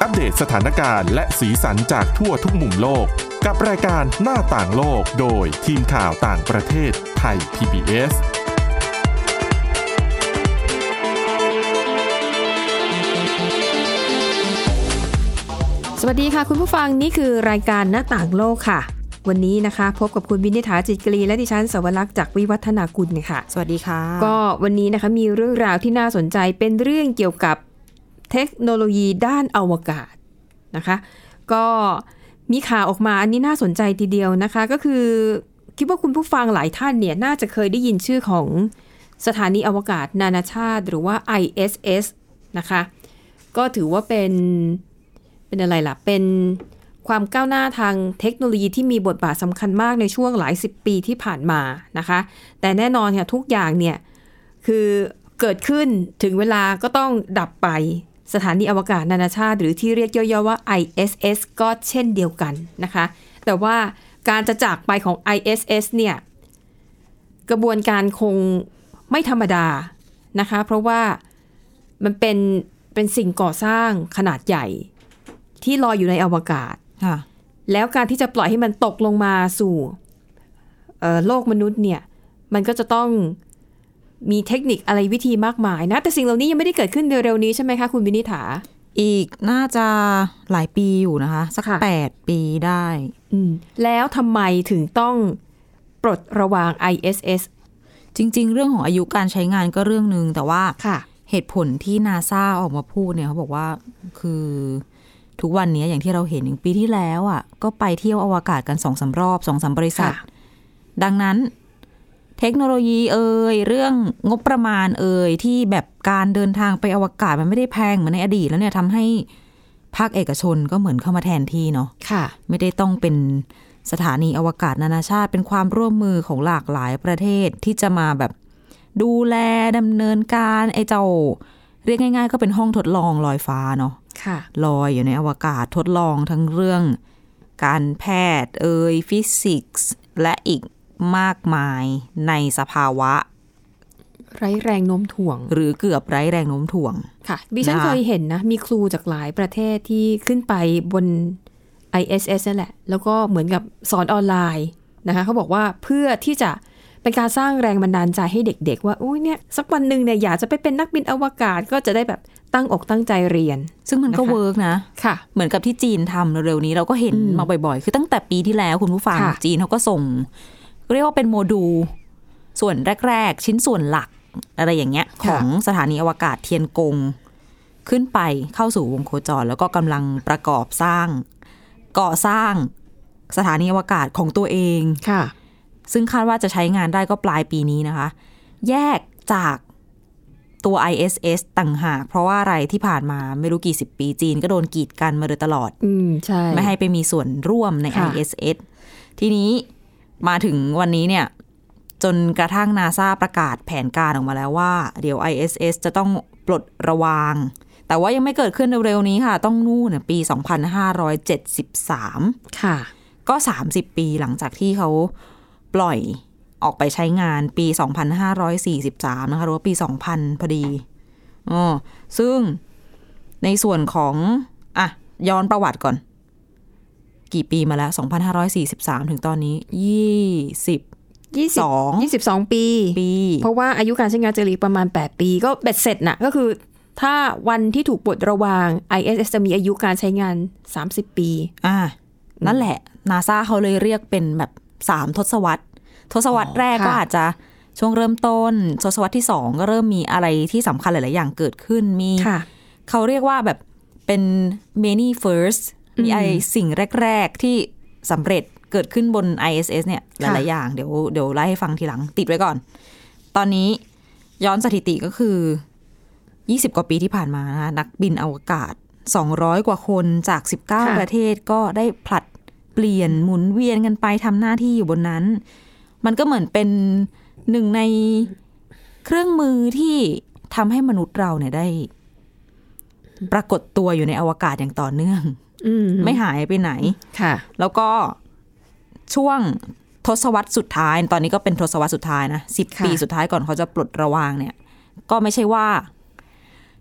อัปเดตสถานการณ์และสีสันจากทั่วทุกมุมโลก กับรายการหน้าต่างโลกโดยทีมข่าวต่างประเทศไทย PBS สวัสดีค่ะ คุณผู้ฟังนี่คือรายการหน้าต่างโลกค่ะ วันนี้นะคะ พบกับคุณวินิษฐาจิตกรีและดิฉันสวรักษ์จากวิวัฒนากุลค่ะ สวัสดีค่ะ ก็วันนี้นะคะมีเรื่องราวที่น่าสนใจเป็นเรื่องเกี่ยวกับเทคโนโลยีด้านอวกาศนะคะ ก็มีข่าวออกมาอันนี้น่าสนใจทีเดียวนะคะ ก็คือคิดว่าคุณผู้ฟังหลายท่านเนี่ยน่าจะเคยได้ยินชื่อของสถานีอวกาศนานาชาติ หรือว่า ISS นะคะ ก็ถือว่าเป็น เป็นอะไรล่ะ เป็นความก้าวหน้าทางเทคโนโลยีที่มีบทบาทสำคัญมากในช่วงหลายสิบปีที่ผ่านมานะคะ แต่แน่นอนค่ะทุกอย่างเนี่ย คือเกิดขึ้นถึงเวลาก็ต้องดับไปสถานีอวกาศนานาชาติ หรือที่เรียกย่อๆว่า ISS ก็เช่นเดียวกันนะคะ แต่ว่าการจะจากไปของ ISS เนี่ย กระบวนการคงไม่ธรรมดานะคะ เพราะว่ามันเป็นเป็นสิ่งก่อสร้างขนาดใหญ่ ที่ลอยอยู่ในอวกาศ ค่ะ แล้วการที่จะปล่อยให้มันตกลงมาสู่เอ่อโลกมนุษย์เนี่ย มันก็จะต้องมีเทคนิคอะไรวิธีมากมายนะ แต่สิ่งเหล่านี้ยังไม่ได้เกิดขึ้นเร็วๆนี้ใช่ไหมคะคุณวินิษฐา อีกน่าจะหลายปีอยู่นะคะ สัก ค่ะ แปดปีได้ อืมแล้วทำไมถึงต้องปลดระวาง ISS จริง ๆ เรื่องของอายุการใช้งานก็เรื่องหนึ่งแต่ว่า ค่ะ เหตุผลที่นาซาออกมาพูดเนี่ยเขาบอกว่าคือทุกวันเนี้ยอย่างที่เราเห็นอย่างปีที่แล้วอ่ะ ก็ไปเที่ยวอวกาศกันสองสามรอบสองสามบริษัท ดังนั้น เทคโนโลยีเอ่ยเรื่องงบประมาณเอ่ยที่แบบการเดินทางไปอวกาศมันไม่ได้แพงเหมือนในอดีตแล้วเนี่ยทำให้ภาคเอกชนก็เหมือนเข้ามาแทนที่เนาะ ค่ะ ไม่ได้ต้องเป็นสถานีอวกาศนานาชาติ เป็นความร่วมมือของหลากหลายประเทศที่จะมาแบบดูแลดำเนินการไอ้เจ้า เรียกง่าย ๆ ก็เป็นห้องทดลองลอยฟ้าเนาะ ค่ะ ลอยอยู่ในอวกาศทดลองทั้งเรื่อง การแพทย์เอ่ยฟิสิกส์และอีกมากมายในสภาวะ ไร้แรงโน้มถ่วง หรือเกือบไร้แรงโน้มถ่วง ค่ะดิฉัน นะ เคยเห็นนะ มีครูจากหลายประเทศที่ขึ้นไปบน ISS นั่นแหละ แล้วก็เหมือนกับสอนออนไลน์นะคะเขาบอกว่าเพื่อที่จะเป็นการสร้างแรงบันดาลใจให้เด็กๆ ว่าโอ้ยเนี่ยสักวันหนึ่งเนี่ยอยากจะไปเป็นนักบินอวกาศก็จะได้แบบตั้งอกตั้งใจเรียน ซึ่งมันก็ นะคะ เวิร์กนะ ค่ะ เหมือนกับที่จีนทำเร็วๆนี้เราก็เห็น อืม มาบ่อยๆ คือตั้งแต่ปีที่แล้วคุณผู้ฟัง ค่ะ จีนเขาก็ส่ง เรียกว่าเป็นโมดูลส่วนแรกๆ ชิ้นส่วนหลัก อะไรอย่างเงี้ย ของสถานีอวกาศเทียนกง ขึ้นไปเข้าสู่วงโคจร แล้วก็กำลังประกอบสร้างก่อสร้างสถานีอวกาศของตัวเอง ค่ะ ซึ่งคาดว่าจะใช้งานได้ก็ปลายปีนี้นะคะ แยกจากตัว ISS ต่างหาก เพราะว่าอะไรที่ผ่านมาไม่รู้กี่สิบปีจีนก็โดนกีดกันมาโดยตลอด อืม ใช่ ไม่ให้ไปมีส่วนร่วมใน ค่ะ ISS ทีนี้มาถึงวันนี้เนี่ย จนกระทั่งนาซาประกาศแผนการออกมาแล้วว่า เดี๋ยว ISS จะต้องปลดระวาง แต่ว่ายังไม่เกิดขึ้นเร็วๆนี้ค่ะ ต้องนู่นนะปี 2573 ค่ะ ก็ 30 ปีหลังจากที่เขาปล่อยออกไปใช้งานปี 2543 นะคะหรือว่าปี 2000 พอดีอ๋อซึ่งในส่วนของอ่ะย้อนประวัติก่อน กี่ปีมาแล้ว 2543 ถึงตอนนี้ 22 ยี่สิบยี่สิบสองปี ปี เพราะว่าอายุการใช้งานจะเหลือประมาณ 8 ปี ก็เบ็ดเสร็จน่ะ ก็คือ ถ้าวันที่ถูกปลดระวาง ISS จะมีอายุการใช้งาน 30 ปี อ่ะนั่นแหละนาซาเขาเลยเรียกเป็นแบบสามทศวรรษ ทศวรรษแรกก็ ค่ะ อาจจะช่วงเริ่มต้น ทศวรรษที่สองก็เริ่มมีอะไรที่สำคัญหลาย ๆ อย่างเกิดขึ้นมี ค่ะ เขาเรียกว่าแบบเป็น many first มีไอสิ่งแรก ๆ ที่สำเร็จเกิดขึ้นบน ISS เนี่ยห ค่ะ ลาย ๆ อย่างเดี๋ยวเดี๋ยวไล่ให้ฟังทีหลังติดไว้ก่อน ตอนนี้ย้อนสถิติก็คือ 20 กว่าปีที่ผ่านมานะคะนักบินอวกาศ 200 กว่าคนจาก 19 ประเทศก็ได้ผลัดเปลี่ยนหมุนเวียนกันไปทำหน้าที่อยู่บนนั้น มันก็เหมือนเป็นหนึ่งในเครื่องมือที่ทำให้มนุษย์เราเนี่ยได้ ปรากฏตัวอยู่ในอวกาศอย่างต่อเนื่อง อืม ไม่หายไปไหน ค่ะ แล้วก็ช่วงทศวรรษสุดท้าย ตอนนี้ก็เป็นทศวรรษสุดท้ายนะสิบ ค่ะ ปีสุดท้ายก่อนเขาจะปลดระวางเนี่ย ก็ไม่ใช่ว่า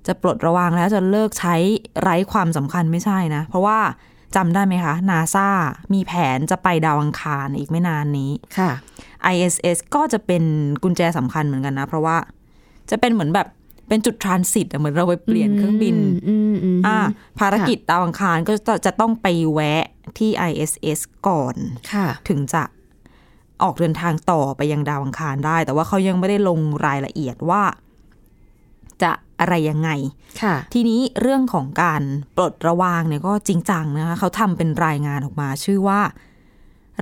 จะปลดระวางแล้วจะเลิกใช้ไร้ความสำคัญไม่ใช่นะ เพราะว่าจำได้ไหมคะนาซามีแผนจะไปดาวอังคารอีกไม่นานนี้ ค่ะ ISS ก็จะเป็นกุญแจสำคัญเหมือนกันนะ เพราะว่าจะเป็นเหมือนแบบเป็นจุดทรานสิตอะเหมือนเราไปเปลี่ยนเครื่องบิน อืมอืมม อ่าภารกิจดาวอังคารก็จะจะต้องไปแวะที่ ISS ก่อน ค่ะ ถึงจะออกเดินทางต่อไปยังดาวอังคารได้ แต่ว่าเขายังไม่ได้ลงรายละเอียดว่า จะอะไรยังไง ค่ะ ทีนี้เรื่องของการปลดระวางเนี่ยก็จริงจังนะคะเขาทำเป็นรายงานออกมา ชื่อว่า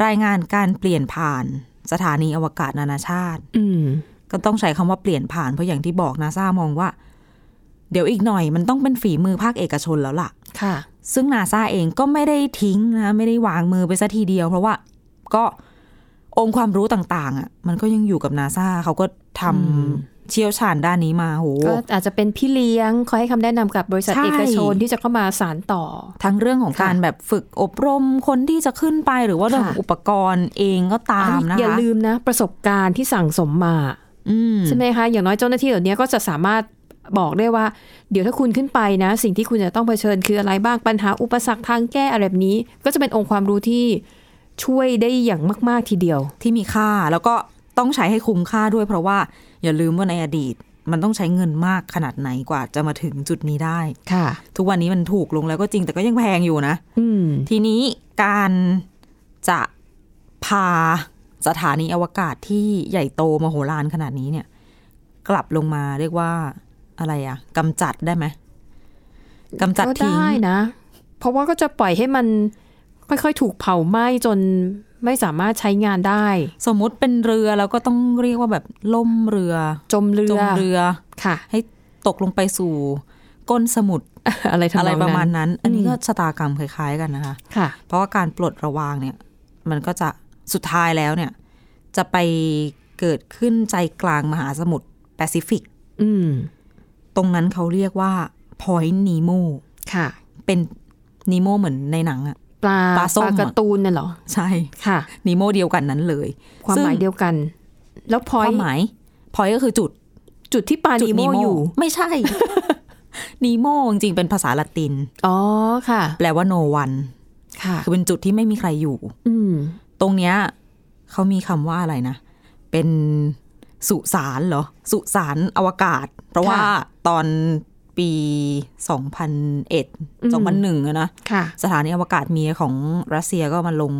รายงานการเปลี่ยนผ่านสถานีอวกาศนานาชาติ อืม ก็ต้องใช้คำว่าเปลี่ยนผ่านเพราะอย่างที่บอกนาซามองว่า เดี๋ยวอีกหน่อยมันต้องเป็นฝีมือภาคเอกชนแล้วล่ะ ค่ะ ซึ่งนาซาเองก็ไม่ได้ทิ้งนะไม่ได้วางมือไปซะทีเดียว เพราะว่าก็องค์ความรู้ต่างๆอ่ะมันก็ยังอยู่กับนาซาเขาก็ทำเชี่ยวชาญด้านนี้มาโห ก็อาจจะเป็นพี่เลี้ยงคอยให้คำแนะนำกับบริษัท ใช่ เอกชนที่จะเข้ามาสานต่อ ทั้งเรื่องของ ค่ะ การแบบฝึกอบรมคนที่จะขึ้นไปหรือว่าเรื่อง ค่ะ อุปกรณ์เองก็ตามนะ อย่า คะ ลืมนะ ประสบการณ์ที่สั่งสมมา อืม ใช่ไหมคะ อย่างน้อยเจ้าหน้าที่เหล่านี้ก็จะสามารถบอกได้ว่า เดี๋ยวถ้าคุณขึ้นไปนะ สิ่งที่คุณจะต้องเผชิญคืออะไรบ้างปัญหาอุปสรรคทางแก้อะไรแบบนี้ ก็จะเป็นองค์ความรู้ที่ช่วยได้อย่างมาก ๆทีเดียว ที่มีค่าแล้วก็ต้องใช้ให้คุ้มค่าด้วย เพราะว่าอย่าลืมว่าในอดีต มันต้องใช้เงินมากขนาดไหนกว่าจะมาถึงจุดนี้ได้ ค่ะ ทุกวันนี้มันถูกลงแล้วก็จริงแต่ก็ยังแพงอยู่นะ อืม ทีนี้การจะพาสถานีอวกาศที่ใหญ่โตมโหฬารขนาดนี้เนี่ย กลับลงมาเรียกว่าอะไรอะกำจัดได้ไหมกำจัด ก็ ทิ้ง ได้นะ เพราะว่าก็จะปล่อยให้มันค่อยๆ ถูกเผาไหม้จนไม่สามารถใช้งานได้ สมมุติเป็นเรือแล้วก็ต้องเรียกว่าแบบล่มเรือ จมเรื จ อ มเรือ ค่ะ ให้ตกลงไปสู่ ก้นสมุทร อะไรทำนอง อะไร นั้น ประมาณนั้น อันนี้ก็ชะตากรรมคล้ายๆกันนะคะ ค่ะ เพราะว่าการปลดระวางเนี่ย มันก็จะสุดท้ายแล้วเนี่ย จะไปเกิดขึ้นใจกลางมหาสมุทรแปซิฟิก อืม ตรงนั้นเขาเรียกว่า point nemo ค่ะ เป็น nemo เหมือนในหนังอะ ปลา ปลาส้มอะ การ์ตูนเนี่ยเหรอ ใช่ ค่ะ nemo เดียวกันนั้นเลย ความ ซึ่ง หมายเดียวกัน แล้วพอยวคามหมาย point ก็คือจุด จุดที่ปลา จุ นี ด โม nemo อยู่ ไม่ ใช่ nemo จริงๆเป็นภาษาละติน อ๋อค่ะ แปลว่า no one ค่ะ คือเป็นจุดที่ไม่มีใครอยู่ อืม ตรงเนี้ยเขามีคำว่าอะไรนะ เป็นสุสานเหรอ สุสานอวกาศ เพราะว่า ค่ะ ตอนปี 2001 อืม 2001อะนะ ค่ะ สถานีอวกาศเมียของรัสเซียก็มาลง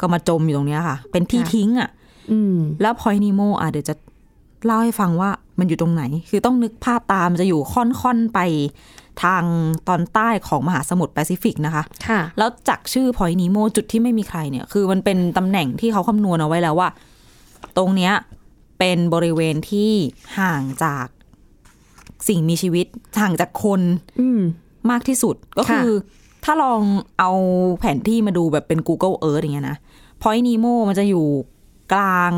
ก็มาจมอยู่ตรงเนี้ยค่ะ เป็นที่ ค่ะ ทิ้งอะ่ะ อืม แล้วพอยนิโมอ่ะเดี๋ยวจะเล่าให้ฟังว่ามันอยู่ตรงไหน คือต้องนึกภาพตามจะอยู่ค่อนๆไปทางตอนใต้ของมหาสมุทรแปซิฟิกนะคะ ค่ะ แล้วจากชื่อ point nemo จุดที่ไม่มีใครเนี่ย คือมันเป็นตำแหน่งที่เขาคำนวณเอาไว้แล้วว่า ตรงเนี้ยเป็นบริเวณที่ห่างจากสิ่งมีชีวิต ห่างจากคน อืม มากที่สุดก็คือ ถ้าลองเอาแผนที่มาดูแบบเป็น Google Earth อย่างเงี้ยนะ point nemo มันจะอยู่กลาง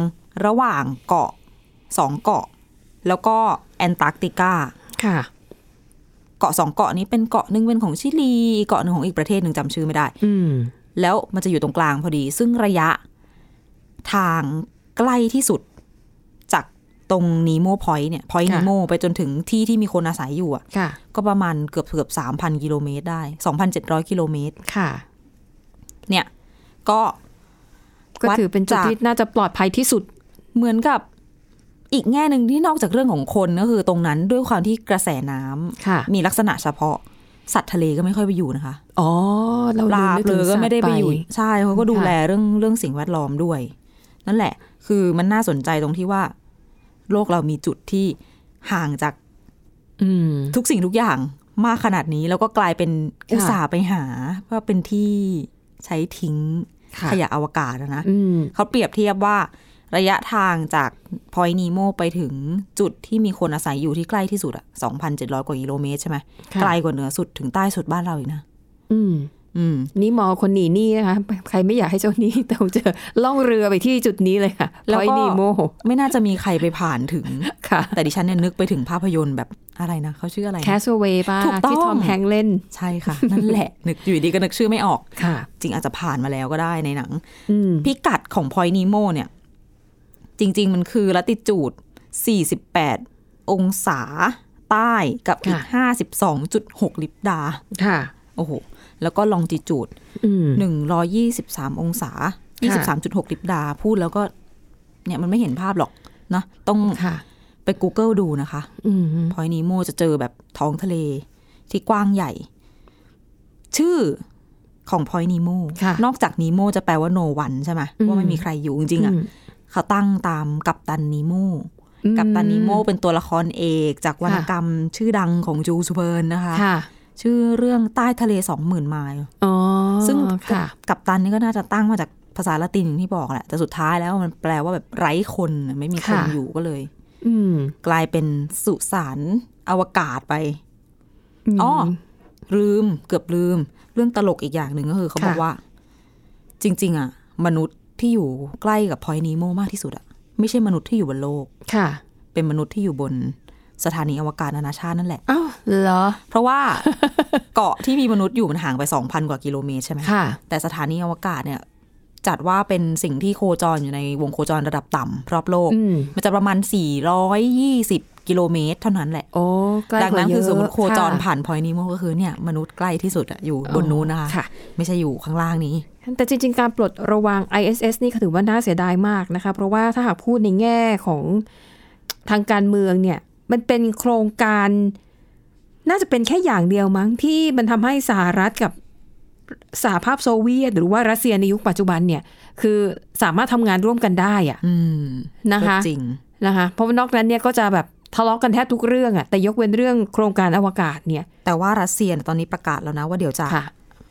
ระหว่างเกาะสองเกาะ แล้วก็แอนตาร์กติกา ค่ะ เกาะสองเกาะนี้เป็นเกาะหนึ่งเป็นของชิลีอีกเกาะหนึ่งของอีกประเทศหนึ่งจำชื่อไม่ได้ อืม แล้วมันจะอยู่ตรงกลางพอดี ซึ่งระยะทางใกล้ที่สุด จากตรงนีโมพอยต์เนี่ยพอยต์ ค่ะ นีโมไปจนถึงที่ที่มีคนอาศัยอยู่อ่ะ ค่ะ ก็ประมาณเกือบเกือบสามพันกิโลเมตรได้สองพันเจ็ดร้อยกิโลเมตร ค่ะ เนี่ย ก็ ก็ วัด ถือเป็นจุด จาก ที่น่าจะปลอดภัยที่สุด เหมือนกับอีกแง่หนึ่งที่นอกจากเรื่องของคนก็คือตรงนั้นด้วยความที่กระแสน้ำ ค่ะ มีลักษณะเฉพาะ สัตว์ทะเลก็ไม่ค่อยไปอยู่นะคะ อ๋อ เรา ป ลื ลาม นึ เปลื ถึ อง ก็ สัตว์ ไม่ได้ไปอยู่ ใช่เขาก็ดูแลเรื่องเรื่องสิ่งแวดล้อมด้วย นั่นแหละ คือมันน่าสนใจตรงที่ว่า โลกเรามีจุดที่ห่างจาก อืม ทุกสิ่งทุกอย่างมากขนาดนี้ แล้วก็กลายเป็น ค่ะ อุตสาห์ไปหาว่าเป็นที่ใช้ทิ้ง ค่ะ ขยะอวกาศอะนะ อืม เขาเปรียบเทียบว่าระยะทางจากพอยนีโมไปถึงจุดที่มีคนอาศัยอยู่ที่ใกล้ที่สุดอะ2,700 กว่ากิโลเมตรใช่ไหม ค่ะ ไกลกว่าเหนือสุดถึงใต้สุดบ้านเราอีกนะ อืม อืม นี่หมอคนหนีหนี้นะคะ ใครไม่อยากให้เจ้าหนี้ต้องเจอล่องเรือไปที่จุดนี้เลยค่ะ แล้ว พอ ก็ ยนีโม ไม่น่าจะมีใครไปผ่านถึง ค่ะ แต่ดิฉันเนี่ยนึกไปถึงภาพยนตร์แบบอะไรนะเขาชื่ออะไรนะ แคสเวย์ป้า ถูกต้อง ที่ทอมแฮงค์เล่น ใช่ค่ะ นั่นแหละ นึกอยู่ดีก็นึกชื่อไม่ออก ค่ะ จริงอาจจะผ่านมาแล้วก็ได้ในหนัง อืม พิกัดของพอยนีโมเนี่ย จริง ๆ มันคือลัติจูด 48 องศา ใต้กับอีก ค่ะ 52.6 ลิบดา ค่ะ โอ้โห แล้วก็ลองจิจูด อืม 123 องศา 23.6 ลิบดา พูดแล้วก็ เนี่ยมันไม่เห็นภาพหรอกนะต้อง ค่ะ ไป Google ดูนะคะ อืม พอยนีโมจะเจอแบบท้องทะเลที่กว้างใหญ่ ชื่อของพอยนีโม ค่ะ นอกจากนีโมจะแปลว่าโนวันใช่ไหม อืม ว่าไม่มีใครอยู่จริงๆอ่ะเขาตั้งตามกัปตันนีโม อืม กัปตันนีโมเป็นตัวละครเอกจากวรรณ ค่ะ กรรม ชื่อดังของจูสเบิร์นนะคะ ค่ะ ชื่อเรื่องใต้ทะเลสองหมื่นไมล์ อ๋อ ซึ่ง ค่ะ กัปตันนี่ก็น่าจะตั้งมาจากภาษาละตินอย่างที่บอกแหละแต่สุดท้ายแล้วมันแปลว่าแบบไร้คนไม่มีคน ค่ะ อยู่ก็เลย อืม กลายเป็นสุสานอวกาศไป ม อ๋อ ลืมเกือบลืม เรื่องตลกอีกอย่างหนึ่งก็คือเขาบอก ค่ะ ว่า จริง ๆ อ่ะ มนุษย์ที่อยู่ใกล้กับพอยนีโมมากที่สุดอ่ะ ไม่ใช่มนุษย์ที่อยู่บนโลก ค่ะ เป็นมนุษย์ที่อยู่บนสถานีอวกาศนานาชาตินั่นแหละ อ้าวเหรอ เพราะว่า เกาะที่มีมนุษย์อยู่มันห่างไป 2,000 กว่ากิโลเมตรใช่ไหม ค่ะ แต่สถานีอวกาศเนี่ย จัดว่าเป็นสิ่งที่โคจรอยู่ในวงโคจรระดับต่ำรอบโลก อืม มันจะประมาณ 420 กิโลเมตร เท่านั้นแหละ โอ้ใกล้ ดังนั้กว่านเย คือสมมติ ะ โคจรผ่านพอยนี้มันก็คือเนี่ยมนุษย์ใกล้ที่สุดอะอยู่ ค่ะ บนนู้นนะคะ ค่ะ ไม่ใช่อยู่ข้างล่างนี้ แต่จริง ๆ การปลดระวัง ISS นี่ก็ถือว่าน่าเสียดายมากนะคะ เพราะว่าถ้าหากพูดในแง่ของทางการเมืองเนี่ย มันเป็นโครงการ น่าจะเป็นแค่อย่างเดียวมั้งที่มันทำให้สหรัฐกับสหภาพโซเวียต หรือว่ารัสเซียในยุคปัจจุบันเนี่ย คือสามารถทำงานร่วมกันได้อะ อืม นะคะ ก็จริง นะคะเพราะว่านอกนั้นเนี่ยก็จะแบบทะเลาะกันแทบทุกเรื่องอะแต่ยกเว้นเรื่องโครงการอวกาศเนี่ย แต่ว่ารัสเซียเนี่ยตอนนี้ประกาศแล้วนะว่าเดี๋ยวจะ ค่ะ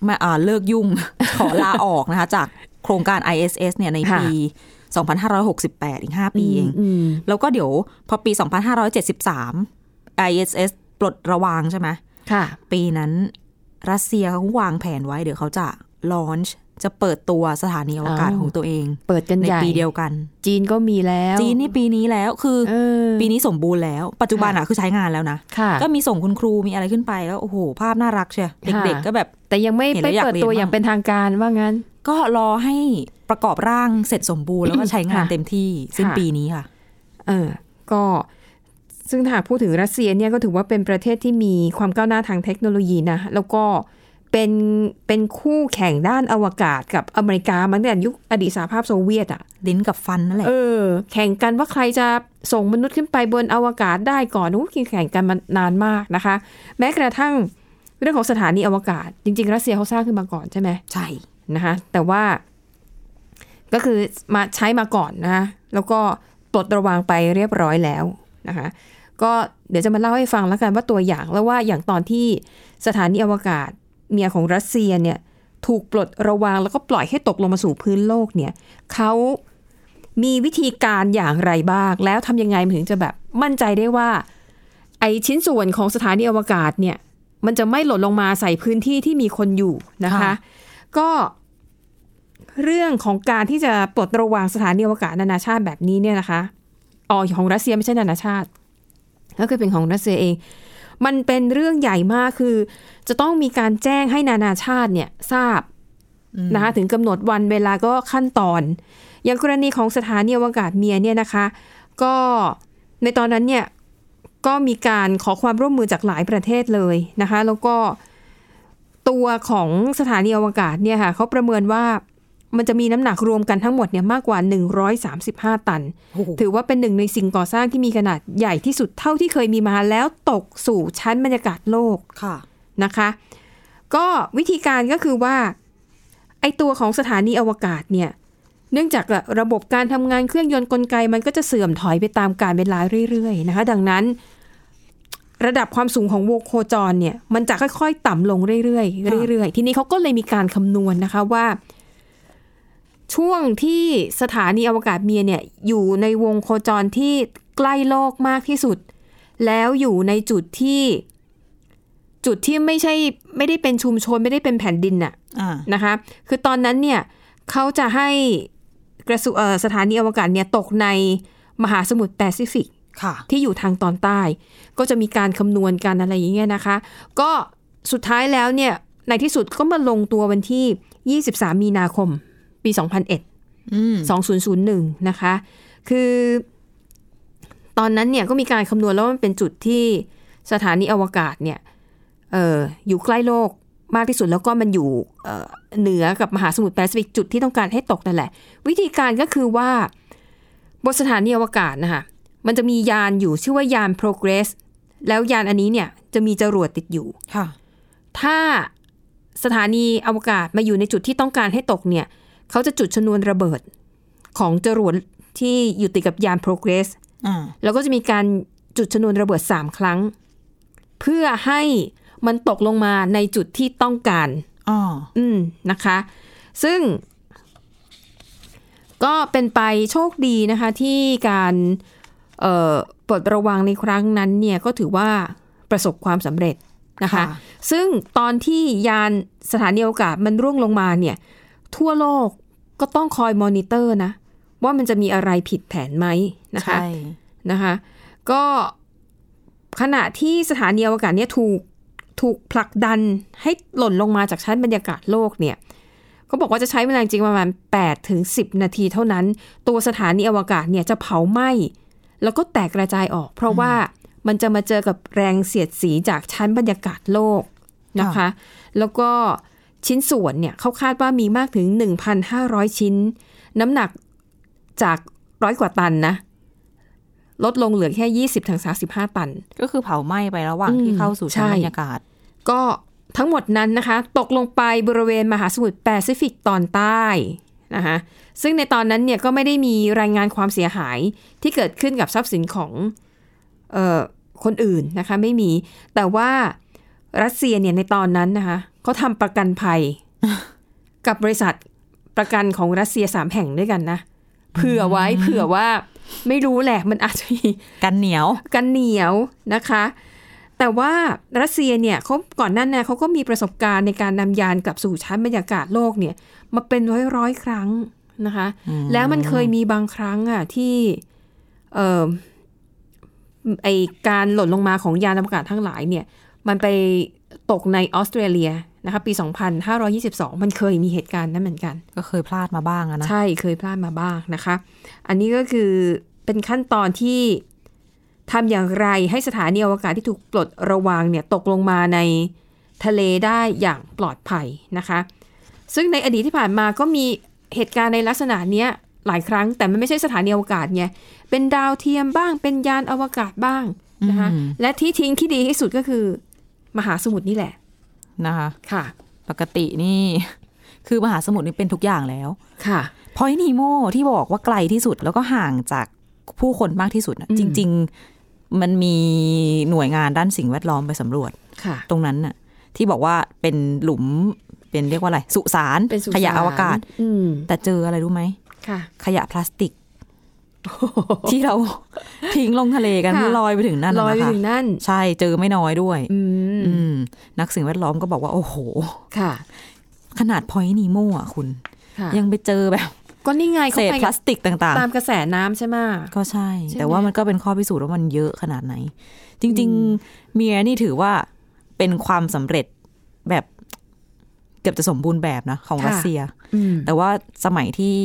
มาอ่าเลิกยุ่ง ขอลาออกนะคะ จากโครงการ ISS เนี่ยใน ค่ะ ปี 2568 อีก 5 ปีเอง อืม แล้วก็เดี๋ยวพอปี 2573 ISS ปลดระวางใช่ไหม ค่ะ ปีนั้นรัสเซียเขาวางแผนไว้เดี๋ยวเขาจะลอนช์จะเปิดตัวสถานีอวกาศ อ้าว ของตัวเอง เปิดกัน ใน ใหญ่ ปีเดียวกัน จีนก็มีแล้ว จีนนี่ปีนี้แล้วคือ เออ ปีนี้สมบูรณ์แล้ว ปัจจุบันอะคือใช้งานแล้วนะ ค่ะ ก็มีส่งคุณครูมีอะไรขึ้นไปแล้ว โอ้โห ภาพน่ารักเชีย ค่ะ เด็กๆ ก็แบบ แต่ยังไม่ เห็น ไป แล้วอยาก เปิด เรียน ตัวอย่าง บ้าง เป็นทางการว่างั้น ก็รอให้ประกอบร่างเสร็จสมบูรณ์แล้วก็ใช้งาน ค่ะ เต็มที่สิ้น ค่ะ ปีนี้ค่ะ เออก็ซึ่งถ้าหากพูดถึงรัสเซียเนี่ยก็ถือว่าเป็นประเทศที่มีความก้าวหน้าทางเทคโนโลยีนะแล้วก็เป็นเป็นคู่แข่งด้านอวกาศกับอเมริกามาตั้งแต่ยุคอดีตสหภาพโซเวียตอะ ลิ้นกับฟันนั่นแหละ เออ แข่งกันว่าใครจะส่งมนุษย์ขึ้นไปบนอวกาศได้ก่อนนู้แข่งกันมานานมากนะคะ แม้กระทั่งเรื่องของสถานีอวกาศ จริง ๆ รัสเซียเขาสร้างขึ้นมาก่อนใช่ไหม ใช่ นะคะแต่ว่าก็คือมาใช้มาก่อนนะคะแล้วก็ปลดระวางไปเรียบร้อยแล้วนะคะก็เดี๋ยวจะมาเล่าให้ฟังแล้วกันว่าตัวอย่างแล้วว่าอย่างตอนที่สถานีอวกาศเมียของรัสเซียเนี่ยถูกปลดระวางแล้วก็ปล่อยให้ตกลงมาสู่พื้นโลกเนี่ยเขา มีวิธีการอย่างไรบ้าง แล้วทำยังไงมันถึงจะแบบมั่นใจได้ว่า ไอชิ้นส่วนของสถานีอวกาศเนี่ย มันจะไม่หล่นลงมาใส่พื้นที่ที่มีคนอยู่นะคะ ก็เรื่องของการที่จะปลดระวางสถานีอวกาศนานาชาติแบบนี้เนี่ยนะคะอ๋อของรัสเซียไม่ใช่นานาชาติ ก็คือเป็นของรัสเซียเอง มันเป็นเรื่องใหญ่มากคือ จะต้องมีการแจ้งให้นานาชาติเนี่ยทราบนะคะถึงกำหนดวันเวลาก็ขั้นตอน อย่างกรณีของสถานีอวกาศเมียเนี่ยนะคะ ก็ในตอนนั้นเนี่ยก็มีการขอความร่วมมือจากหลายประเทศเลยนะคะ แล้วก็ตัวของสถานีอวกาศเนี่ยค่ะเขาประเมินว่ามันจะมีน้ำหนักรวมกันทั้งหมดเนี่ยมากกว่า 135 ตัน โอ้โห ถือว่าเป็นหนึ่งในสิ่งก่อสร้างที่มีขนาดใหญ่ที่สุดเท่าที่เคยมีมาแล้วตกสู่ชั้นบรรยากาศโลก ค่ะ นะคะก็วิธีการก็คือว่าไอตัวของสถานีอวกาศเนี่ยเนื่องจากระบบการทำงานเครื่องยนต์กลไกมันก็จะเสื่อมถอยไปตามกาลเวลาเรื่อยๆนะคะดังนั้น ระดับความสูงของวงโคจรเนี่ยมันจะค่อยๆ ต่ำลงเรื่อยๆเรื่อยๆ ทีนี้เขาก็เลยมีการคำนวณนะคะว่า ช่วงที่สถานีอวกาศเมียเนี่ยอยู่ในวงโคจรที่ใกล้โลกมากที่สุด แล้วอยู่ในจุดที่ จุดที่ไม่ใช่ไม่ได้เป็นชุมชนไม่ได้เป็นแผ่นดินน่ะ อ่า นะคะ คือตอนนั้นเนี่ยเขาจะให้กระสุเอ่อสถานีอวกาศเนี่ยตกในมหาสมุทรแปซิฟิก ค่ะ ที่อยู่ทางตอนใต้ ก็จะมีการคำนวณกันอะไรอย่างเงี้ยนะคะ ก็สุดท้ายแล้วเนี่ยในที่สุดก็มาลงตัววันที่ 23 มีนาคม ปี 2001 อืม 2001 นะคะ คือตอนนั้นเนี่ยก็มีการคำนวณแล้วว่ามันเป็นจุดที่ สถานีอวกาศเนี่ยเอออยู่ใกล้โลกมากที่สุดแล้วก็มันอยู่เอ่อเหนือกับมหาสมุทรแปซิฟิกจุดที่ต้องการให้ตกนั่นแหละ วิธีการก็คือว่าบนสถานีอวกาศนะคะมันจะมียานอยู่ชื่อว่ายาน Progress แล้วยานอันนี้เนี่ยจะมีจรวดติดอยู่ ค่ะ ถ้าสถานีอวกาศมาอยู่ในจุดที่ต้องการให้ตกเนี่ย เขาจะจุดชนวนระเบิดของจรวดที่อยู่ติดกับยาน Progress อ่า แล้วก็จะมีการจุดชนวนระเบิด 3 ครั้ง เพื่อให้มันตกลงมาในจุดที่ต้องการ อ๋อ อืมนะคะ ซึ่ง ก็เป็นไปโชคดีนะคะที่การเอ่อปลดระวังในครั้งนั้นเนี่ยก็ถือว่าประสบความสำเร็จนะคะ ค่ะ ซึ่งตอนที่ยานสถานีอวกาศมันร่วงลงมาเนี่ย ทั่วโลกก็ต้องคอยมอนิเตอร์นะ ว่ามันจะมีอะไรผิดแผนไหมนะคะ ใช่ นะคะก็ขณะที่สถานีอวกาศเนี่ยถูกถูกผลักดันให้หล่นลงมาจากชั้นบรรยากาศโลกเนี่ยก็บอกว่าจะใช้เวลาจริงๆประมาณ8ถึง10 นาทีเท่านั้น ตัวสถานีอวกาศเนี่ยจะเผาไหม้แล้วก็แตกกระจายออก เพราะว่ามันจะมาเจอกับแรงเสียดสีจากชั้นบรรยากาศโลกนะคะ แล้วก็ชิ้นส่วนเนี่ยเขาคาดว่ามีมากถึง 1,500 ชิ้น น้ำหนักจากร้อยกว่าตันนะ ลดลงเหลือแค่ 20ถึง35 ตัน ก็คือเผาไหม้ไประหว่าง อืม ที่เข้าสู่ชั้น ใช่ บรรยากาศ ก็ทั้งหมดนั้นนะคะ ตกลงไปบริเวณมหาสมุทรแปซิฟิกตอนใต้นะคะซึ่งในตอนนั้นเนี่ยก็ไม่ได้มีรายงานความเสียหายที่เกิดขึ้นกับทรัพย์สินของเออคนอื่นนะคะไม่มีแต่ว่ารัสเซียเนี่ยในตอนนั้นนะคะเขาทำประกันภัย กับบริษัทประกันของรัสเซียสามแห่งด้วยกันนะเผื่อไว้เผื่อว่าไม่รู้แหละมันอาจจะมี กันเหนียว กันเหนียวนะคะ แต่ว่ารัสเซียเนี่ยเขาก่อนหนั้นเนี่ยเขาก็มีประสบการณ์ในการนำยานกลับสู่ชั้นบรรยากาศโลกเนี่ยมาเป็นร้อยร้อยๆครั้งนะคะ แล้วมันเคยมีบางครั้งอ่ะที่เออไอการหล่นลงมาของยานอวกาศทั้งหลายเนี่ย มันไปตกในออสเตรเลียนะคะปี 2522 มันเคยมีเหตุการณ์นั้นเหมือนกัน ก็เคยพลาดมาบ้างอะนะ ใช่เคยพลาดมาบ้างนะคะ อันนี้ก็คือเป็นขั้นตอนที่ทำอย่างไรให้สถานีอวกาศที่ถูกปลดระวางเนี่ยตกลงมาในทะเลได้อย่างปลอดภัยนะคะ ซึ่งในอดีตที่ผ่านมาก็มีเหตุการณ์ในลักษณะเนี้ยหลายครั้งแต่มันไม่ใช่สถานีอวกาศไงเป็นดาวเทียมบ้าง เป็นยานอวกาศบ้างนะคะ อืม และที่ทิ้งที่ดีที่สุดก็คือ มหาสมุทรนี่แหละ นะคะ ค่ะ ปกตินี่ คือมหาสมุทรนี่เป็นทุกอย่างแล้ว ค่ะ พอยนีโมที่บอกว่าไกลที่สุดแล้วก็ห่างจากผู้คนมากที่สุดน่ะ อืม จริง ๆ มันมีหน่วยงานด้านสิ่งแวดล้อมไปสำรวจ ค่ะ ตรงนั้นน่ะ ที่บอกว่าเป็นหลุมเป็นเรียกว่าอะไร สุสาน เป็นสุสาน ขยะอวกาศ อืม แต่เจออะไรรู้ไหม ค่ะ ขยะพลาสติก ที่เรา ทิ้งลงทะเลกัน ค่ะ ลอยไปถึงนั่น ล น่ะ อย นะ ไป คะ ถึงนั่น ใช่เจอไม่น้อยด้วย อืม อืม นักสิ่งแวดล้อมก็บอกว่า โอ้โห ค่ะ ขนาดพอยนีโมอ่ะคุณ ค่ะ ยังไปเจอแบบ ก็นี่ไงเขา เศษ ไป พลาสติกต่าง ตามกระแสน้ำใช่ไหม ๆ ก็ใช่ ใช่ไหม แต่ว่ามันก็เป็นข้อพิสูจน์ว่ามันเยอะขนาดไหน จริง ๆ เมียนี่ถือว่าเป็นความสำเร็จแบบเกือบจะสมบูรณ์แบบนะ ของรัสเซีย อืม แต่ว่าสมัยที่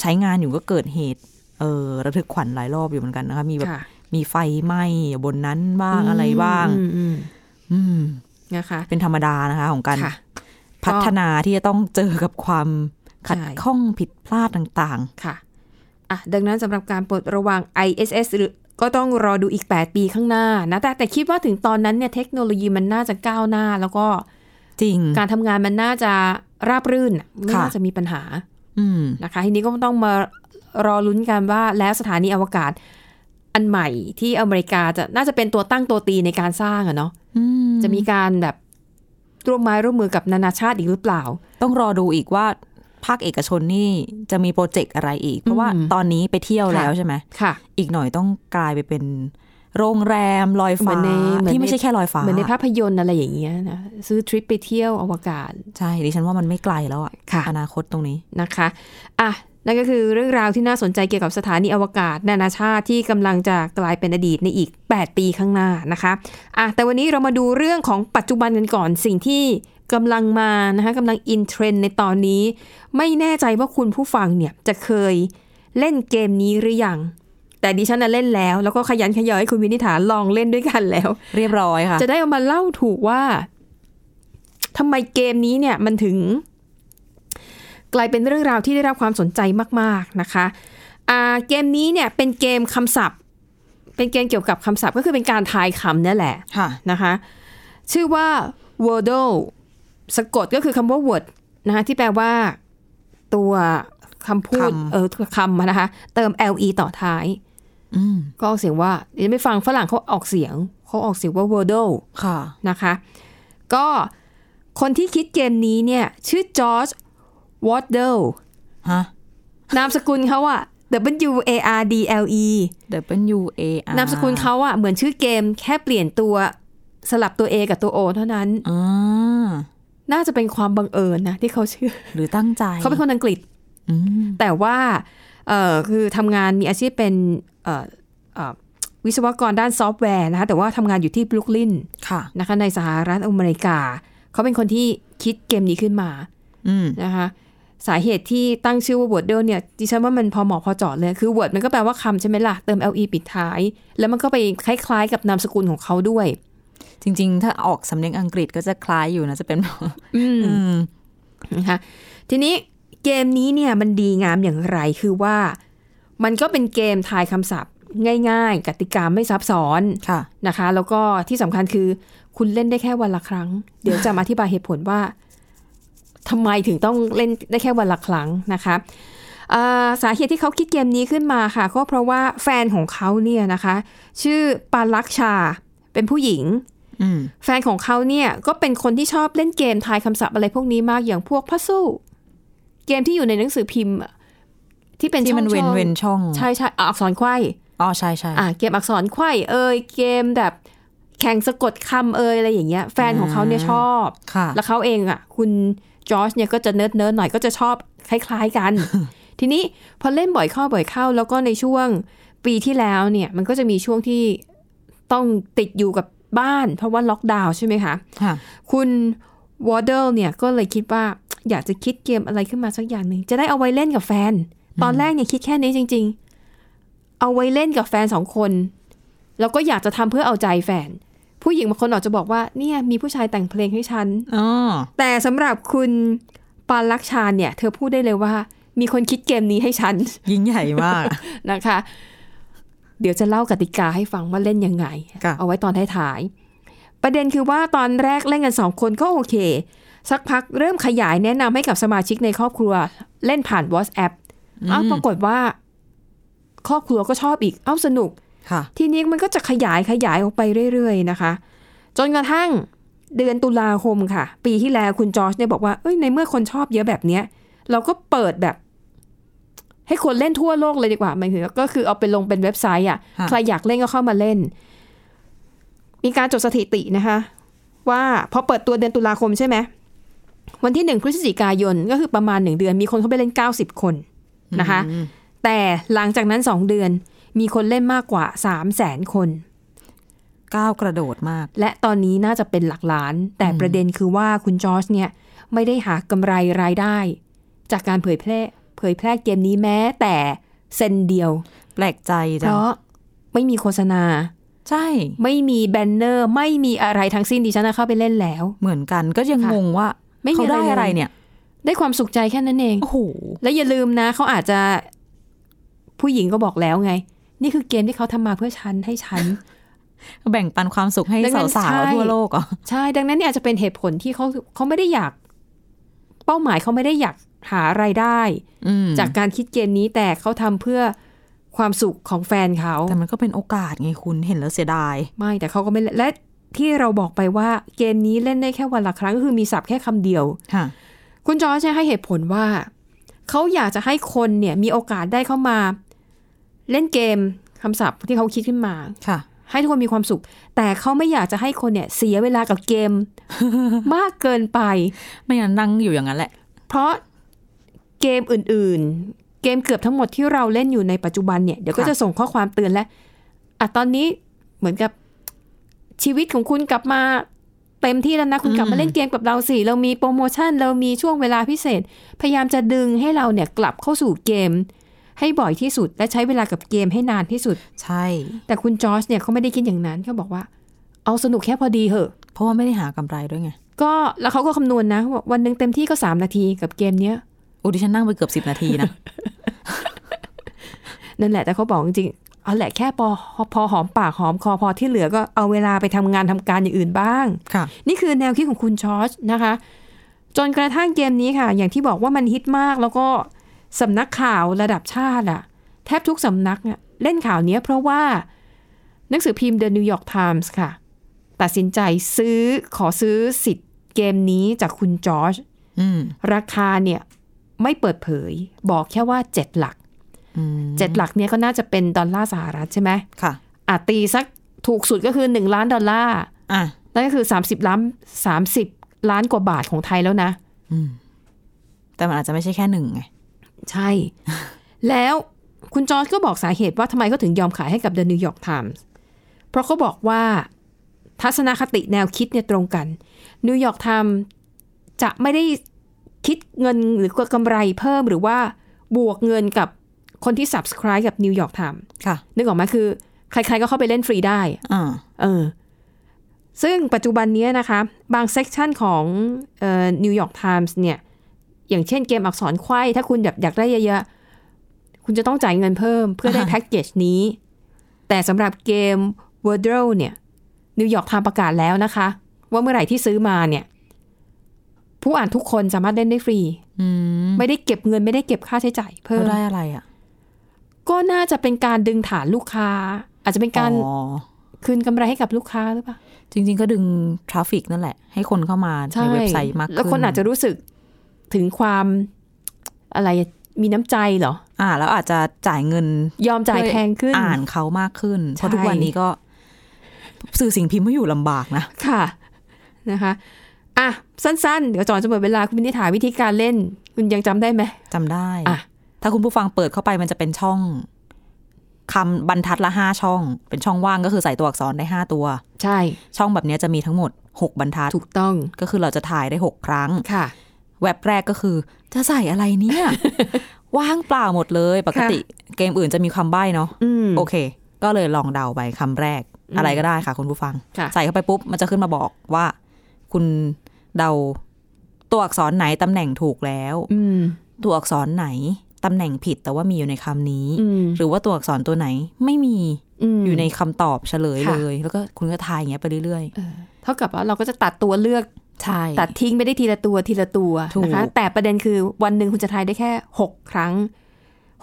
ใช้งานอยู่ก็เกิดเหตุ เออระทึกขวัญหลายรอบอยู่เหมือนกันนะคะมีแบบ ค่ะ มีไฟไหม้บนนั้นบ้างอะไรบ้าง อืมอืม อืม นะคะ เป็นธรรมดานะคะ ของการ ค่ะ พัฒนาที่จะต้องเจอกับความขัด ใช่ ข้องผิดพลาดต่าง ค่ะอ่ะ ดังนั้นสำหรับการปลดระวัง ISS หรือก็ต้องรอดูอีก 8 ปีข้างหน้านะ แต่แต่คิดว่าถึงตอนนั้นเนี่ยเทคโนโลยีมันน่าจะก้าวหน้า แล้วก็ ๆ จริง การทำงานมันน่าจะราบรื่นน่ะไม่ ค่ะ น่าจะมีปัญหา อืม นะคะทีนี้ก็ต้องมารอลุ้นกันว่าแล้วสถานีอวกาศอันใหม่ที่อเมริกาจะน่าจะเป็นตัวตั้งตัวตีในการสร้างอะเนาะ อืม จะมีการแบบร่วมไม้ร่วมมือกับนานาชาติอีกหรือเปล่า ต้องรอดูอีกว่าภาคเอกชนนี่จะมีโปรเจกต์อะไรอีก เพราะว่า อืม ตอนนี้ไปเที่ยว ค่ะ แล้วใช่ไหม ค่ะ อีกหน่อยต้องกลายไปเป็นโรงแรมลอย เหมื ฟ้า อนในเหมือนใน ที่ไม่ใช่แค่ลอยฟ้า เหมือนในภาพยนตร์อะไรอย่างเงี้ยนะซื้อทริปไปเที่ยวอวกาศ ใช่ดิฉันว่ามันไม่ไกลแล้วอะ ค่ะ อนาคตตรงนี้ นะคะอ่ะนั่นก็คือเรื่องราวที่น่าสนใจเกี่ยวกับสถานีอวกาศ นานาชาติที่กำลังจะกลายเป็นอดีตในอีก 8 ปีข้างหน้านะคะอ่ะแต่วันนี้เรามาดูเรื่องของปัจจุบันกันก่อนสิ่งที่กำลังมานะคะกำลังอินเทรนด์ในตอนนี้ ไม่แน่ใจว่าคุณผู้ฟังเนี่ยจะเคยเล่นเกมนี้หรือยัง แต่ดิฉันน่ะเล่นแล้ว แล้วก็ขยันขยอยให้คุณวินิษฐาลองเล่นด้วยกันแล้ว เรียบร้อยค่ะ จะได้เอามาเล่าถูกว่าทำไมเกมนี้เนี่ยมันถึง กลายเป็นเรื่องราวที่ได้รับความสนใจมาก ๆนะคะอ่าเกมนี้เนี่ยเป็นเกมคำศัพท์ เป็นเกมเกี่ยวกับคำศัพท์ก็คือเป็นการทายคำเนี่ยแหละ ค่ะ นะคะชื่อว่า Wordle สะกดก็คือคำว่า word นะคะที่แปลว่าตัวคำพูด คำ เออคำอะนะคะเติม le ต่อท้าย อืม ก็ออกเสียงว่าเดี๋ยวไม่ฟังฝรั่งเขาออกเสียงเขาออกเสียงว่า Wordle ค่ะ นะคะก็คนที่คิดเกมนี้เนี่ยชื่อจอร์จวอ d เดล ฮะ นามสกุลเขาอะ W A R D L E W A R นามสกุลเขาอะเหมือนชื่อเกมแค่เปลี่ยนตัวสลับตัว A กับตัว O เท่านั้น อ่า น่าจะเป็นความบังเอิญนะที่เขาชื่อ หรือตั้งใจ เขาเป็นคนอังกฤษ อืม แต่ว่าเอ่อคือทำงานมีอาชีพเป็นเอ่อเอ่อวิศวกรด้านซอฟต์แวร์นะคะแต่ว่าทำงานอยู่ที่บรุกลิน ค่ะ นะคะในสหรัฐอเมริกา เขาเป็นคนที่คิดเกมนี้ขึ้นมา อืม นะคะสาเหตุที่ตั้งชื่อว่า Wordle เนี่ยดิฉันว่ามันพอเหมาะพอเจาะเลย คือ Word มันก็แปลว่าคำใช่ไหมล่ะ เติม le ปิดท้าย แล้วมันก็ไปคล้ายๆ กับนามสกุลของเขาด้วย จริง ๆ ถ้าออกสำเนียงอังกฤษก็จะคล้ายอยู่นะจะเป็นแบบ อืม อืม นะคะทีนี้เกมนี้เนี่ยมันดีงามอย่างไรคือว่า มันก็เป็นเกมทายคำศัพท์ ง่าย ๆ กติกาไม่ซับซ้อน ค่ะ นะคะ แล้วก็ที่สำคัญคือคุณเล่นได้แค่วันละครั้ง เดี๋ยวจะมาอธิบายเหตุผลว่า ทำไมถึงต้องเล่นได้แค่วันละครั้งนะคะเอ่อสาเหตุที่เขาคิดเกมนี้ขึ้นมาค่ะ ก็เพราะว่าแฟนของเขาเนี่ยนะคะ ชื่อปาลักชาเป็นผู้หญิง อืม แฟนของเขาเนี่ยก็เป็นคนที่ชอบเล่นเกมทายคำศัพท์อะไรพวกนี้มากอย่างพวกพัซซูเกมที่อยู่ในหนังสือพิมพ์อะที่เป็นช่ที่อง มันเว้นเว้นช่อง ใช่ใช่อ่ะอักษรไขว้ อ๋อใช่ใช่ อ่ะเกมอักษรไขว้เอ่ยเกมแบบแข่งสะกดคำเอ่ยอะไรอย่างเงี้ยแฟนของเขาเนี่ยชอบ ค่ะ แล้วเขาเองอ่ะ คุณจอชเนี่ยก็จะเนิร์ดเนิร์ดหน่อยก็จะชอบคล้ายๆกัน ทีนี้พอเล่นบ่อยเข้าบ่อยเข้า แล้วก็ในช่วงปีที่แล้วเนี่ย มันก็จะมีช่วงที่ต้องติดอยู่กับบ้าน เพราะว่าล็อกดาวน์ใช่ไหมคะ ค่ะ คุณวอร์เดลเนี่ยก็เลยคิดว่าอยากจะคิดเกมอะไรขึ้นมาสักอย่างหนึ่งจะได้เอาไว้เล่นกับแฟน ตอนแรกเนี่ยคิดแค่นี้จริง ๆ เอาไว้เล่นกับแฟนสองคน แล้วก็อยากจะทำเพื่อเอาใจแฟน ผู้หญิงบางคนอาจจะบอกว่าเนี่ยมีผู้ชายแต่งเพลงให้ฉัน อ๋อ แต่สำหรับคุณปาลักชานเนี่ย เธอพูดได้เลยว่า มีคนคิดเกมนี้ให้ฉัน ยิ่งใหญ่มาก นะคะ เดี๋ยวจะเล่ากติกาให้ฟังว่าเล่นยังไง ค่ะ เอาไว้ตอนท้ายๆประเด็นคือว่าตอนแรกเล่นกันสองคนก็โอเค สักพักเริ่มขยายแนะนำให้กับสมาชิกในครอบครัว เล่นผ่าน WhatsApp อ้าวปรากฏว่า ครอบครัวก็ชอบอีกเอ้าสนุก ค่ะ ทีนี้มันก็จะขยายขยายออกไปเรื่อยๆนะคะ จนกระทั่งเดือนตุลาคมค่ะ ปีที่แล้วคุณจอร์จเนี่ยบอกว่าเอ้ยในเมื่อคนชอบเยอะแบบเนี้ย เราก็เปิดแบบ ให้คนเล่นทั่วโลกเลยดีกว่าหมายถึงก็คือเอาไปลงเป็นเว็บไซต์อ่ะ ฮะ ใครอยากเล่นก็เข้ามาเล่น มีการจดสถิตินะคะ ว่าพอเปิดตัวเดือนตุลาคมใช่ไหมวันที่หนึ่งพฤศจิกายนก็คือประมาณหนึ่งเดือน มีคนเข้าไปเล่นเก้าสิบคนนะคะ อืม แต่หลังจากนั้นสองเดือนมีคนเล่นมากกว่าสามแสนคน ก้าวกระโดดมาก และตอนนี้น่าจะเป็นหลักล้าน แต่ประเด็นคือว่าคุณจอร์จเนี่ย ไม่ได้หากำไรรายได้ จากการเผยแพร่เผยแพร่เกมนี้แม้แต่เซนเดียว แปลกใจ เพ จัง ราะไม่มีโฆษณา ใช่ ไม่มีแบนเนอร์ ไม่มีอะไรทั้งสิ้นดิฉันน่ะเข้าไปเล่นแล้ว เหมือนกันก็ยัง ค่ะ งงว่า ไม่มี เขาได้ อะ อะไร ไร เลย เนี่ย ได้ความสุขใจแค่นั้นเอง โอ้โห และอย่าลืมนะเขาอาจจะผู้หญิงก็บอกแล้วไง นี่คือเกมที่เขาทำมาเพื่อฉันให้ฉัน แบ่งปันความสุขให้ ดังนั้น สาว ใช่ ๆทั่วโลกเหรอ่ะ ใช่ ดังนั้นเนี่ยอาจจะเป็นเหตุผลที่เขาเขาไม่ได้อยาก เป้าหมายเขาไม่ได้อยากหารายได้ จากการคิดเกมนี้แต่เขาทำเพื่อความสุขของแฟนเขา แต่มันก็เป็นโอกาสไงคุณเห็นแล้วเสียดาย ไม่แต่เขาก็ไม่เล่นและที่เราบอกไปว่าเกมนี้เล่นได้แค่วันละครั้งก็คือมีศัพท์แค่คำเดียว ค่ะ คุณจอร์จเนี่ยให้เหตุผลว่าเขาอยากจะให้คนเนี่ยมีโอกาสได้เข้ามา เล่นเกมคำศัพท์ที่เขาคิดขึ้นมา ค่ะ ให้ทุกคนมีความสุข แต่เขาไม่อยากจะให้คนเนี่ยเสียเวลากับเกม มากเกินไป ไม่งั้นนั่งอยู่อย่างนั้นแหละ เพราะเกมอื่นๆ เกมเกือบทั้งหมดที่เราเล่นอยู่ในปัจจุบันเนี่ยเดี๋ยวก็ ค่ะ จะส่งข้อความเตือนแล้วอ่ะตอนนี้เหมือนกับชีวิตของคุณกลับมาเต็มที่แล้วนะ คุณกลับมาเล่นเกมกับเราสิเรามีโปรโมชั่น เรามีช่วงเวลาพิเศษ พยายามจะดึงให้เราเนี่ยกลับเข้าสู่เกม ให้บ่อยที่สุด และใช้เวลากับเกมให้นานที่สุด ใช่ แต่คุณจอร์จเนี่ยเขาไม่ได้คิดอย่างนั้นเขาบอกว่า เอาสนุกแค่พอดีเหอะ เพราะว่าไม่ได้หากำไรด้วยไง ก็แล้วเขาก็คำนวณนะว่าวันหนึ่งเต็มที่ก็ 3 นาทีกับเกมเนี้ย โอ้ดิฉันนั่งไปเกือบสิบนาทีนะ นั่นแหละแต่เขาบอกจริงๆเอาแหละแค่พอพอหอมปากหอมคอพอที่เหลือก็เอาเวลาไปทำงานทำการอย่างอื่นบ้าง ค่ะ นี่คือแนวคิดของคุณชอร์จนะคะ จนกระทั่งเกมนี้ค่ะ อย่างที่บอกว่ามันฮิตมาก แล้วก็สำนักข่าวระดับชาติอะแทบทุกสำนักอะเล่นข่าวเนี้ยเพราะว่าหนังสือพิมพ์ The New York Times ค่ะ ตัดสินใจซื้อขอซื้อสิทธิ์เกมนี้จากคุณจอร์จ อืม ราคาเนี่ยไม่เปิดเผย บอกแค่ว่า 7 หลัก อืม เจ็ดหลักเนี่ยก็น่าจะเป็นดอลลาร์สหรัฐใช่ไหม ค่ะ อาตีสักถูกสุดก็คือ 1 ล้านดอลลาร์ อ่ะ นั่นก็คือ 30 ล้าน 30 ล้านกว่าบาทของไทยแล้วนะ แต่มันอาจจะไม่ใช่แค่หนึ่งไง ใช่ แล้วคุณจอร์จก็บอกสาเหตุว่าทำไมเขาถึงยอมขายให้กับ The New York Times เพราะเขาบอกว่าทัศนคติแนวคิดเนี่ยตรงกัน New York Times จะไม่ได้คิดเงินหรือกำไรเพิ่มหรือว่าบวกเงินกับคนที่ subscribe กับ New York Times ค่ะ นึกออกไหมคือ ใครๆก็เข้าไปเล่นฟรีได้ อ่า เออซึ่งปัจจุบันเนี้ยนะคะ บางเซกชันของนิวยอร์กไทมส์เนี่ย อย่างเช่นเกมอักษรไขว้ ถ้าคุณแบบอยากได้เยอะๆ คุณจะต้องจ่ายเงินเพิ่มเพื่อได้ อ่าฮะ แพ็กเกจนี้ แต่สำหรับเกม w o r d l e เนี่ยนิวยอร์กไทม์ประกาศแล้วนะคะ ว่าเมื่อไหร่ที่ซื้อมาเนี่ย ผู้อ่านทุกคนสามารถเล่นได้ฟรี อืม ไม่ได้เก็บเงินไม่ได้เก็บค่าใช้จ่ายเพิ่ เรา ม ได้อะไรอ่ะ ก็น่าจะเป็นการดึงฐานลูกค้า อาจจะเป็นการ อ๋อ คืนกำไรให้กับลูกค้าหรือเปล่า จริง ๆ ก็ดึงทราฟิกนั่นแหละ ให้คนเข้ามา ช่ ในเว็บไซต์มากขึ้น แล้วคนอาจจะรู้สึกถึงความอะไรมีน้ำใจเหรอ อ่า แล้วอาจจะจ่ายเงิน ยอมจ่ายแพงขึ้น อ่านเขามากขึ้น ใช่ เพราะทุกวันนี้ก็สื่อสิ่งพิมพ์ก็อยู่ลำบากนะ ค่ะนะคะอ่ะ สั้นๆ เดี๋ยวจอนจะหมดเวลาคุณมินิถามวิธีการเล่น คุณยังจำได้ไหม จำได้ อ่ะ ถ้าคุณผู้ฟังเปิดเข้าไปมันจะเป็นช่องคำบรรทัดละห้าช่อง เป็นช่องว่างก็คือใส่ตัวอักษรได้ห้าตัว ใช่ ช่องแบบเนี้ยจะมีทั้งหมดหกบรรทัด ถูกต้อง ก็คือเราจะถ่ายได้หกครั้ง ค่ะ แว็บแรกก็คือ จะใส่อะไรเนี่ย ว่างเปล่าหมดเลยปกติ เกมอื่นจะมีคำใบ้เนาะ อืม โอเค ก็เลยลองเดาไปคำแรก อะไรก็ได้ค่ะคุณผู้ฟัง ค่ะ ใส่เข้าไปปุ๊บ มันจะขึ้นมาบอกว่า คุณเดาตัวอักษรไหนตำแหน่งถูกแล้ว อืม ตัวอักษรไหนตำแหน่งผิดแต่ว่ามีอยู่ในคำนี้ อืม หรือว่าตัวอักษรตัวไหนไม่มี อืม อยู่ในคำตอบเฉลย ค่ะ เลย แล้วก็คุณก็ทายอย่างเงี้ยไปเรื่อย เออเท่ากับว่าเราก็จะตัดตัวเลือก ๆ ใช่ ตัดทิ้งไปได้ทีละตัวทีละตัว ถูก นะคะ แต่ประเด็นคือวันหนึ่งคุณจะทายได้แค่หกครั้ง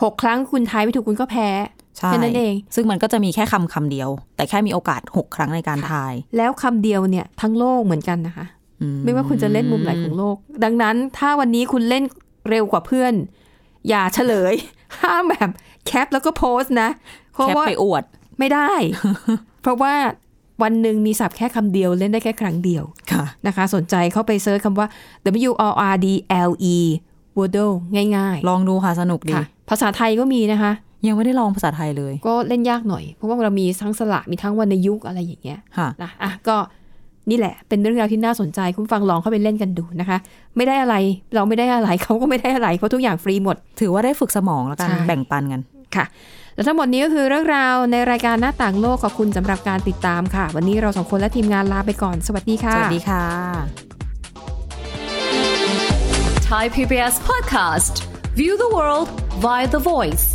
หกครั้งคุณทายไม่ถูกคุณก็แพ้ ใช่ แค่นั้นเอง ซึ่งมันก็จะมีแค่คำคำเดียว แต่แค่มีโอกาสหกครั้งในการทาย แล้วคำเดียวเนี่ยทั้งโลกเหมือนกันนะคะ อื ไม่ว่าคุณจะเล่นมุมไหนของโลก ดังนั้นถ้าวันนี้คุณเล่นเร็วกว่าเพื่อน อย่าเฉลย ห้ามแบบแคปแล้วก็โพสต์นะเพราะ แคป ว่า ไปอวด ไม่ได้ เพราะว่าวันหนึ่งมีศัพท์แค่คำเดียวเล่นได้แค่ครั้งเดียว ค่ะ นะคะ สนใจเข้าไปเซิร์ชคำว่า W O R D L E Wordle ง่าย ลองดูค่ะสนุก ๆ ดี ค่ะ ภาษาไทยก็มีนะคะ ยังไม่ได้ลองภาษาไทยเลย ก็เล่นยากหน่อย เพราะว่าเรามีทั้งสระมีทั้งวรรณยุกต์อะไรอย่างเงี้ย ค่ะ นะอ่ะก็นี่แหละ เป็นเรื่องราวที่น่าสนใจ คุณฟังลองเข้าไปเล่นกันดูนะคะ ไม่ได้อะไรเราไม่ได้อะไร เขาก็ไม่ได้อะไร เพราะทุกอย่างฟรีหมด ถือว่าได้ฝึกสมองแล้วกัน ใช่ แบ่งปันกัน ค่ะ และทั้งหมดนี้ก็คือเรื่องราวในรายการหน้าต่างโลกขอบคุณสำหรับการติดตามค่ะ วันนี้เราสองคนและทีมงานลาไปก่อนสวัสดีค่ะ สวัสดีค่ะ Thai PBS podcast. View the world via the voice.